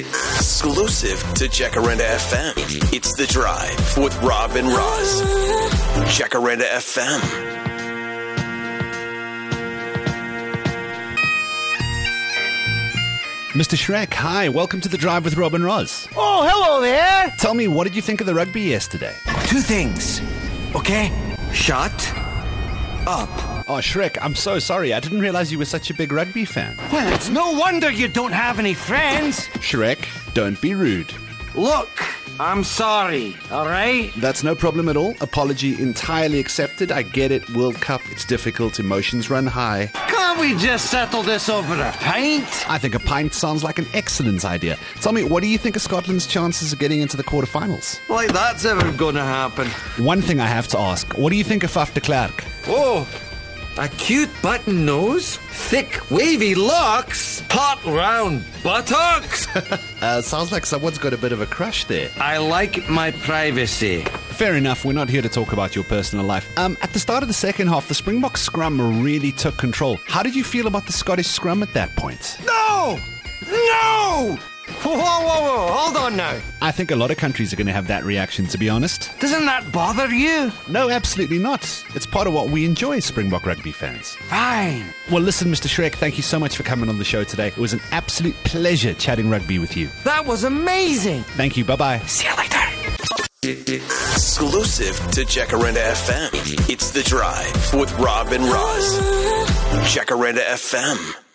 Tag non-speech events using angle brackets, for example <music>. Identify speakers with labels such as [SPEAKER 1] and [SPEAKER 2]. [SPEAKER 1] Exclusive to Jacaranda FM. It's The Drive with Rob and Roz. Jacaranda FM.
[SPEAKER 2] Mr. Shrek, hi. Welcome to the drive with Robin Roz.
[SPEAKER 3] Oh, hello there.
[SPEAKER 2] Tell me, what did you think of the rugby yesterday?
[SPEAKER 3] Two things, okay? Shut up.
[SPEAKER 2] Oh, Shrek, I'm so sorry. I didn't realize you were such a big rugby fan.
[SPEAKER 3] Well, it's no wonder you don't have any friends.
[SPEAKER 2] Shrek, don't be rude.
[SPEAKER 3] Look, I'm sorry, all right?
[SPEAKER 2] That's no problem at all. Apology entirely accepted. I get it. World Cup, it's difficult. Emotions run high.
[SPEAKER 3] Can't we just settle this over a pint?
[SPEAKER 2] I think a pint sounds like an excellent idea. Tell me, what do you think of Scotland's chances of getting into the quarterfinals?
[SPEAKER 3] Like that's ever gonna happen.
[SPEAKER 2] One thing I have to ask what do you think of Faf de Klerk?
[SPEAKER 3] Oh, a cute button nose, thick wavy locks, hot round buttocks. <laughs>
[SPEAKER 2] Uh, sounds like someone's got a bit of a crush there.
[SPEAKER 3] I like my privacy.
[SPEAKER 2] Fair enough, we're not here to talk about your personal life. Um, at the start of the second half, the Springboks scrum really took control. How did you feel about the Scottish scrum at that point?
[SPEAKER 3] No! No! Whoa, whoa, whoa, hold on now.
[SPEAKER 2] I think a lot of countries are going to have that reaction, to be honest.
[SPEAKER 3] Doesn't that bother you?
[SPEAKER 2] No, absolutely not. It's part of what we enjoy as Springbok rugby fans.
[SPEAKER 3] Fine.
[SPEAKER 2] Well, listen, Mr. Shrek, thank you so much for coming on the show today. It was an absolute pleasure chatting rugby with you.
[SPEAKER 3] That was amazing.
[SPEAKER 2] Thank you, bye bye.
[SPEAKER 3] See you later.
[SPEAKER 1] Exclusive to Jacaranda FM. It's The Drive with Rob and Roz. Jacaranda FM.